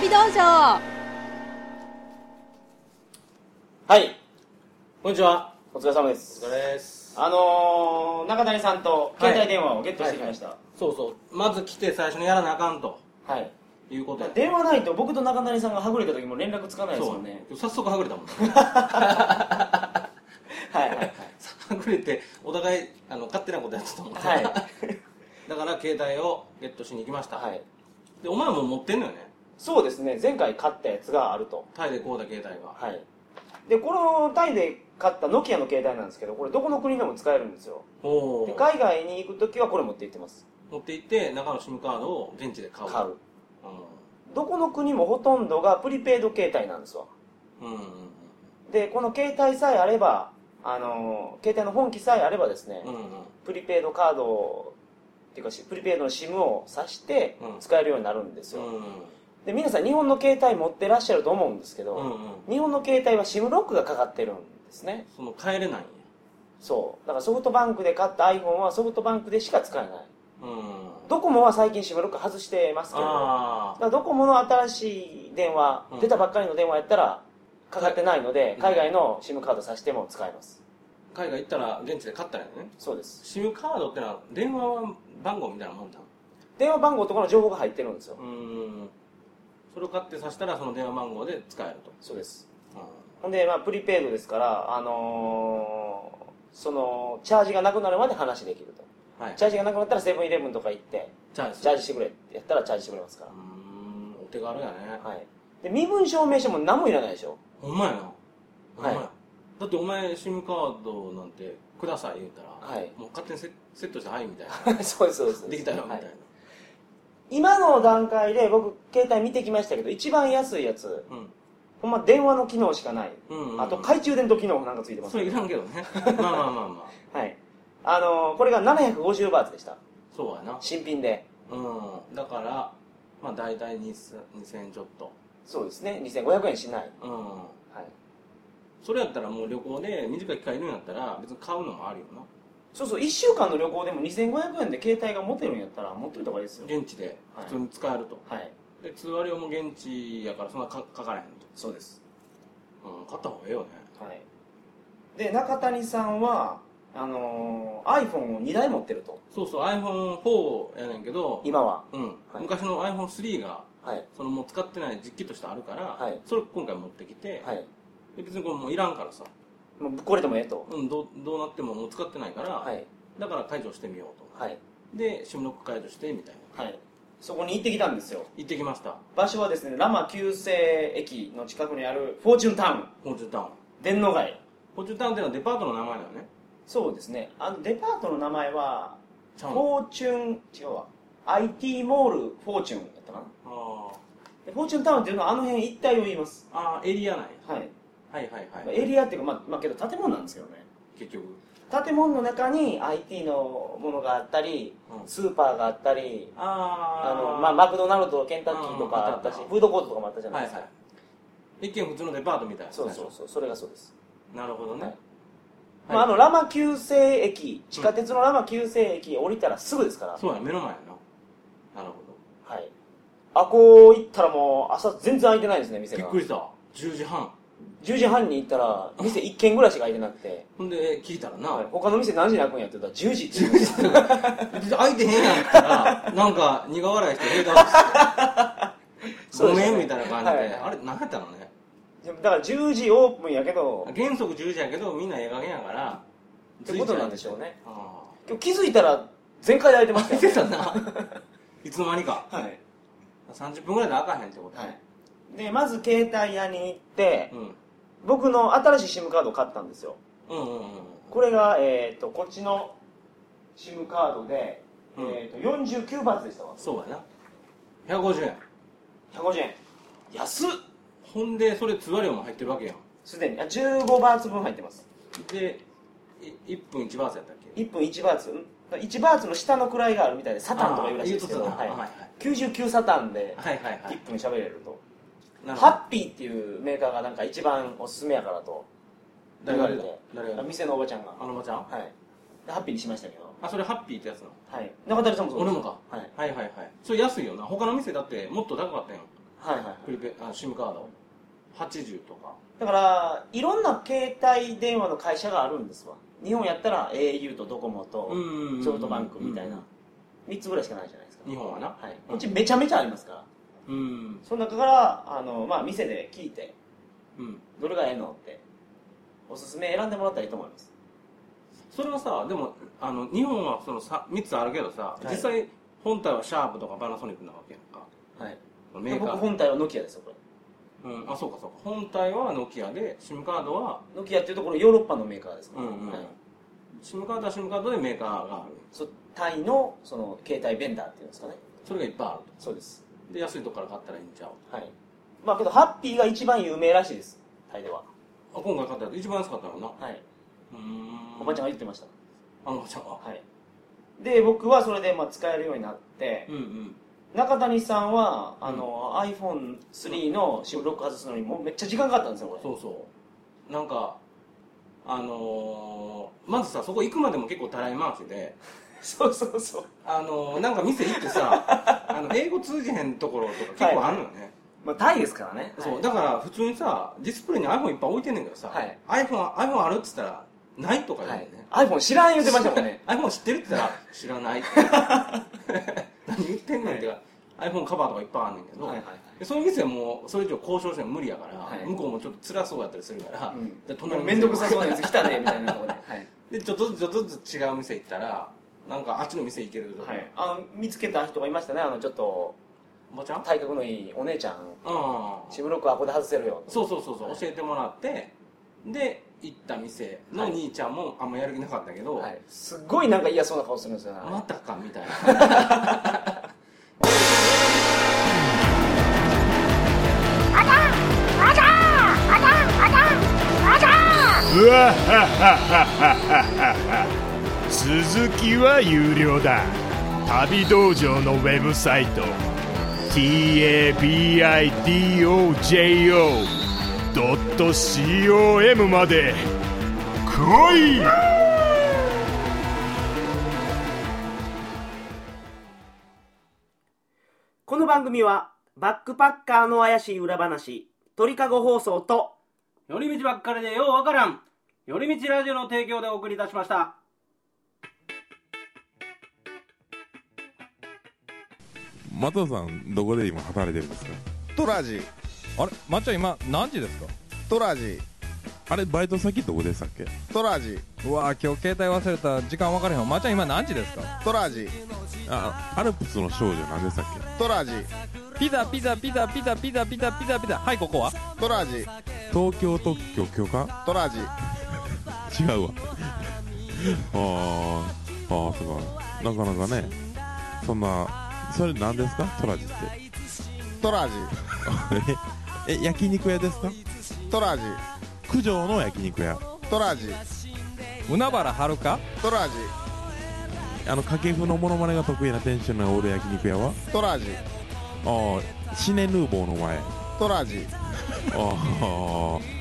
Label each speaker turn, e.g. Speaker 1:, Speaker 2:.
Speaker 1: よ
Speaker 2: はい。こんにちは。お疲れ様で
Speaker 3: お
Speaker 2: す。
Speaker 3: 疲れです
Speaker 2: あのー、中谷さんと携帯電話をゲットしてきました。
Speaker 3: そうそうまず来て最初にやらなあかんと
Speaker 2: はい。
Speaker 3: いうこと
Speaker 2: まあ
Speaker 3: や
Speaker 2: 電話ないと僕と中谷さんがはぐれた時も連絡つかないですもんね。
Speaker 3: そう早速はぐれたも んね
Speaker 2: はいはい
Speaker 3: はぐれてお互いあの勝手なことやってたもんね、
Speaker 2: はい。
Speaker 3: だから携帯をゲットしに行きました、
Speaker 2: はい。はい。
Speaker 3: でお前も持ってんのよね
Speaker 2: そうですね、前回買ったやつがあると。
Speaker 3: タイでこうだ携帯が
Speaker 2: はい。で、このタイで買ったノキアの携帯なんですけど、これどこの国でも使えるんですよ。
Speaker 3: お
Speaker 2: で
Speaker 3: お
Speaker 2: 海外に行く時はこれ持って行ってます。
Speaker 3: 持って行って中の SIM カードを現地で買う
Speaker 2: 買う。
Speaker 3: う
Speaker 2: どこの国もほとんどがプリペイド携帯なんですわ。
Speaker 3: んうんうん
Speaker 2: で、この携帯さえあれば、あのー携帯の本機さえあればですね、
Speaker 3: うんうん
Speaker 2: プリペイドカードをっていうかしプリペイドの SIM を挿して
Speaker 3: うん
Speaker 2: 使えるようになるんです
Speaker 3: う
Speaker 2: よ、
Speaker 3: ん
Speaker 2: で皆さん日本の携帯持ってらっしゃると思うんですけど、
Speaker 3: うんうん
Speaker 2: 日本の携帯は SIM ロックがかかってるんですね
Speaker 3: その帰れないんや
Speaker 2: そうだからソフトバンクで買った iPhone はソフトバンクでしか使えない
Speaker 3: うん
Speaker 2: ドコモは最近 SIM ロック外してますけどだ
Speaker 3: あ
Speaker 2: からドコモの新しい電話、
Speaker 3: うん
Speaker 2: 出たばっかりの電話やったらかかってないので、
Speaker 3: うん
Speaker 2: 海外の SIM カード挿しても使えます
Speaker 3: あ海外行ったら現地で買ったんやね
Speaker 2: そうです
Speaker 3: シムカードってのは電話番号みたいなもんだ
Speaker 2: 電話番号とかの情報が入ってるんですよ、
Speaker 3: うんそれを買ってさしたらその電話番号で使えると、
Speaker 2: そうです
Speaker 3: う
Speaker 2: ほんで、まあ、プリペイドですから、あのーその、チャージがなくなるまで話できると。
Speaker 3: んはい
Speaker 2: チャージがなくなったらセブンイレブンとか行って、
Speaker 3: チャージ
Speaker 2: チャージしてくれってやったらチャージしてくれますか
Speaker 3: うーんお手軽やね、
Speaker 2: ら。はい。で、身分証明書も何もいらないでしょ。
Speaker 3: ほんまやなほんまや、
Speaker 2: はい
Speaker 3: だってお前 SIM カードなんてください言うたら、
Speaker 2: はい
Speaker 3: もう勝手にセセットしてはいみたい
Speaker 2: そうです、そうです。
Speaker 3: なできたよみた
Speaker 2: はい
Speaker 3: な、
Speaker 2: い。今の段階で僕、携帯見てきましたけど、一番安いやつ、
Speaker 3: うん
Speaker 2: ほんま電話の機能しかない。
Speaker 3: うんうんうん
Speaker 2: あと、懐中電灯機能もなんかついてます
Speaker 3: そ。れいらんけどね まあまあまあまあ
Speaker 2: はい。あのーこれが750バーツでした。
Speaker 3: そうやな
Speaker 2: 新品で。
Speaker 3: うんだからまあ大体2000 2000ちょっと
Speaker 2: そうですね。2500円しない。
Speaker 3: うん
Speaker 2: はい。
Speaker 3: それやったらもう旅行で短い期間いるんやったら別に買うのもあるよな
Speaker 2: そうそう、1週間の旅行でも2500円で携帯が持てるんやったら、持っといた方がいいですよ。
Speaker 3: 現地で普通に使えると、
Speaker 2: はい。
Speaker 3: で通話料も現地やからそんなかかからへん
Speaker 2: そうです。
Speaker 3: と、うん、買った方がええよね
Speaker 2: はい。で、中谷さんは、あのー iPhone を2台持ってると。
Speaker 3: そうそう iPhone4 やねんけど、
Speaker 2: 今は。
Speaker 3: うん
Speaker 2: はい
Speaker 3: 昔の iPhone3 が
Speaker 2: はい。
Speaker 3: そのもう使ってない実機としてあるから、
Speaker 2: はい
Speaker 3: それを今回持ってきて、
Speaker 2: はい。
Speaker 3: で別にこれもういらんからさ、
Speaker 2: もうぶっ壊れてもええと。
Speaker 3: うん、どうどうなってももう使ってないから、
Speaker 2: はい。
Speaker 3: だから解除してみようと、
Speaker 2: はい。
Speaker 3: で SIM ロック解除してみたいな
Speaker 2: はい。そこに行ってきたんですよ。
Speaker 3: 行ってきました
Speaker 2: 場所はですね、ラマ旧世駅の近くにあるフォーチュンタウン、
Speaker 3: フォーチュンタウン
Speaker 2: 電脳街。
Speaker 3: フォーチュンタウンっていうのはデパートの名前だよね
Speaker 2: そうですね。あの、デパートの名前は、
Speaker 3: ち
Speaker 2: フ
Speaker 3: ゃう
Speaker 2: ォ
Speaker 3: の
Speaker 2: ーチュン、違うわ。IT モールフォーチュンだったかな。
Speaker 3: あ
Speaker 2: でフォーチュンタウンっていうのはあの辺一帯を言います。
Speaker 3: ーあーエリア内
Speaker 2: はい。
Speaker 3: はいはいはい、
Speaker 2: エリアっていうか、まあ、まあ、けど建物なんですけどね。
Speaker 3: 結局
Speaker 2: 建物の中に IT のものがあったり、
Speaker 3: うん
Speaker 2: スーパーがあったり、あ
Speaker 3: あー
Speaker 2: の、まあ、マクドナルド、ケンタッキーとかあったし
Speaker 3: うん、
Speaker 2: フードコートとかもあったじゃな
Speaker 3: はいい
Speaker 2: ですか。
Speaker 3: はい一見普通のデパートみたいな
Speaker 2: そうそうそう、それがそうです。
Speaker 3: なるほどね、
Speaker 2: はい
Speaker 3: はい
Speaker 2: まあ、あの、ラマ旧世駅、地下鉄のラマ旧世駅降りたらすぐですから、
Speaker 3: そうや目の前やななるほ
Speaker 2: はい。あこう行ったらもう朝全然開いてないですね、
Speaker 3: ど
Speaker 2: 店
Speaker 3: びっ
Speaker 2: が
Speaker 3: く。りした10時半
Speaker 2: 10時半に行ったら、店1軒ぐらいしか開いてなくて、
Speaker 3: ほんで聞いたらな、
Speaker 2: 他の店何時に開くんやって言ったら10時って言うんですよ
Speaker 3: 別に開いてへんやんった らなんか苦笑いしてヘイダーして
Speaker 2: そう
Speaker 3: ご
Speaker 2: ですね
Speaker 3: めんみたいな感じで、
Speaker 2: はい
Speaker 3: あれ何やったのね
Speaker 2: でもだから10時オープンやけど、
Speaker 3: 原則10時やけどみんなええ加減やから
Speaker 2: ってことなんでしょうね
Speaker 3: ああ
Speaker 2: 今日気づいたら全開で開いてました
Speaker 3: 開い
Speaker 2: よ、 ね
Speaker 3: てたないつの間にか
Speaker 2: はい、
Speaker 3: 30分ぐらいで開かへんってこと、
Speaker 2: はい、でまず携帯屋に行って
Speaker 3: うん、
Speaker 2: 僕の新しい SIM カードを買ったんですよ
Speaker 3: うんうんうん
Speaker 2: これが、えー、とこっちの SIM カードで、
Speaker 3: うん
Speaker 2: えー、と49バーツでしたわ
Speaker 3: そうやな150円
Speaker 2: 150円安っ
Speaker 3: ほんでそれ通話料も入ってるわけやん
Speaker 2: すでにあ15バーツ分入ってます
Speaker 3: でい1分1バースやったっけ
Speaker 2: 1分1バーツん1バーツの下の位があるみたいでサタンとか言うらしいですけど、
Speaker 3: あー
Speaker 2: はい
Speaker 3: 言うとったな
Speaker 2: 99サタンで
Speaker 3: はいはいはい
Speaker 2: 1分喋れると、
Speaker 3: なるほど
Speaker 2: ハッピーっていうメーカーがなんか一番おすすめやからと
Speaker 3: 誰
Speaker 2: 言わ
Speaker 3: が
Speaker 2: れ
Speaker 3: 誰
Speaker 2: て
Speaker 3: が誰が
Speaker 2: 店のおばちゃんが
Speaker 3: あのおばちゃん
Speaker 2: はいでハッピーにしましたけど
Speaker 3: あそれハッピーってやつなの
Speaker 2: はい中谷さんもそうです
Speaker 3: 俺もか
Speaker 2: はい
Speaker 3: はいはいはいそれ安いよな他の店だってもっと高かったやん
Speaker 2: はいはい
Speaker 3: プリペあ SIM カード80とか
Speaker 2: だからいろんな携帯電話の会社があるんですわ日本やったら au とドコモと
Speaker 3: うん
Speaker 2: ソフトバンクみたいな3つぐらいしかないじゃないですか
Speaker 3: 日本はな
Speaker 2: はい
Speaker 3: うん
Speaker 2: うちめちゃめちゃありますから
Speaker 3: うん
Speaker 2: その中からあの、まあ、店で聞いて
Speaker 3: うん
Speaker 2: どれがええのっておすすめ選んでもらったらいいと思います
Speaker 3: それはさでもあの日本はその 3, 三つあるけどさ、
Speaker 2: はい
Speaker 3: 実際本体はシャープとかパナソニックなわけやんか
Speaker 2: はい
Speaker 3: メーカ
Speaker 2: 僕
Speaker 3: ー、
Speaker 2: 本体はノキアですよこれ
Speaker 3: うん、あそうかそうか本体はノキアで SIM カードは
Speaker 2: ノキアっていうところヨーロッパのメーカーですから、
Speaker 3: うんうん
Speaker 2: はい、
Speaker 3: SIM カードは SIM カードでメーカーがある
Speaker 2: そタイのその携帯ベンダーっていうんですかね
Speaker 3: それがいっぱいある
Speaker 2: そうです
Speaker 3: とで安いとこから買ったらいいんちゃう
Speaker 2: はいまあけどハッピーが一番有名らしいですタイでは
Speaker 3: あ今回買ったやつ一番安かったのな
Speaker 2: はいう
Speaker 3: ーん
Speaker 2: おばちゃんが言ってました、
Speaker 3: あのおばちゃんは
Speaker 2: はいで僕はそれでまあ使えるようになって
Speaker 3: うんうん
Speaker 2: 中谷さんはあの、iPhone3 の SIM ロック外すのにもうめっちゃ時間かかったんですよこれ
Speaker 3: そうそうなんかあのー、まずさそこ行くまでも結構たらい回しで
Speaker 2: そうそうそう
Speaker 3: あのー、なんか店行っ てさあの英語通じへんところとか結構あるのよね、
Speaker 2: まあタイですからね
Speaker 3: そうだから普通にさディスプレイに iPhone いっぱい置いてんねんけどさ、
Speaker 2: はい
Speaker 3: iPhone, iPhone あるっつったらないとか言う
Speaker 2: は
Speaker 3: ね
Speaker 2: い
Speaker 3: んね、
Speaker 2: iPhone 知らん言うてましたもんね
Speaker 3: iPhone 知ってるって言ったら知らない 何言ってんねんってか、iPhone カバーとかいっぱいあんねんけど、
Speaker 2: はいはいはい
Speaker 3: でその店はもうそれ以上交渉しても無理やから、
Speaker 2: はい
Speaker 3: 向こうもちょっと辛そうやったりするから、
Speaker 2: うん
Speaker 3: で
Speaker 2: も
Speaker 3: 隣
Speaker 2: う
Speaker 3: の
Speaker 2: め
Speaker 3: 店
Speaker 2: んどくさそうなやつ来たねみたいなとこ で、はい
Speaker 3: でちょっとずつちょっとずつ違う店行ったらなんかあっちの店行けるとか、
Speaker 2: はい、あの見つけた人がいましたねあのちょっと
Speaker 3: おばちゃん
Speaker 2: 体格のいいお姉ちゃん
Speaker 3: うん
Speaker 2: シムロックはここで外せるよ
Speaker 3: そうそうそうそう、
Speaker 2: はい
Speaker 3: 教えてもらってで行った店の
Speaker 2: はい
Speaker 3: 兄ちゃんもあんまやる気なかったけど、
Speaker 2: はい、すっごいなんか嫌そうな顔するんですよね、
Speaker 3: またかみたいな
Speaker 1: うわははははは続きは有料だ旅道場のウェブサイト tabidojo.com まで来い
Speaker 4: この番組はバックパッカーの怪しい裏話鳥かご放送と
Speaker 5: 寄り道ばっかりでようわからん寄り道ラジオの提供でお送りいたしました
Speaker 6: マトさんどこで今働いてるんですか
Speaker 7: トラジ
Speaker 8: あれまっちゃん今何時ですか
Speaker 7: トラジ
Speaker 6: あれバイト先どこでしたっけ
Speaker 7: トラジ
Speaker 8: うわ今日携帯忘れた時間分からへんわまっちゃん今何時ですか
Speaker 7: トラジ
Speaker 6: あアルプスの少女何でしたっ
Speaker 7: トラジ
Speaker 8: ピザピザピザピザピザピザピザピザはいここは
Speaker 7: トラジ
Speaker 6: け東京特許許可
Speaker 7: トラジ
Speaker 6: 違う わあーあーすごいなかなかねそんなそれ何ですかトラジって
Speaker 7: トラジ
Speaker 6: ええ焼肉屋ですか
Speaker 7: トラジ
Speaker 6: 九条の焼肉屋
Speaker 7: トラジ
Speaker 8: 海原はるか
Speaker 7: トラジ
Speaker 6: あの掛布のモノマネが得意な店主のオール焼肉屋は
Speaker 7: トラジ
Speaker 6: ああシネヌーボーの前
Speaker 7: トラジ
Speaker 6: ああ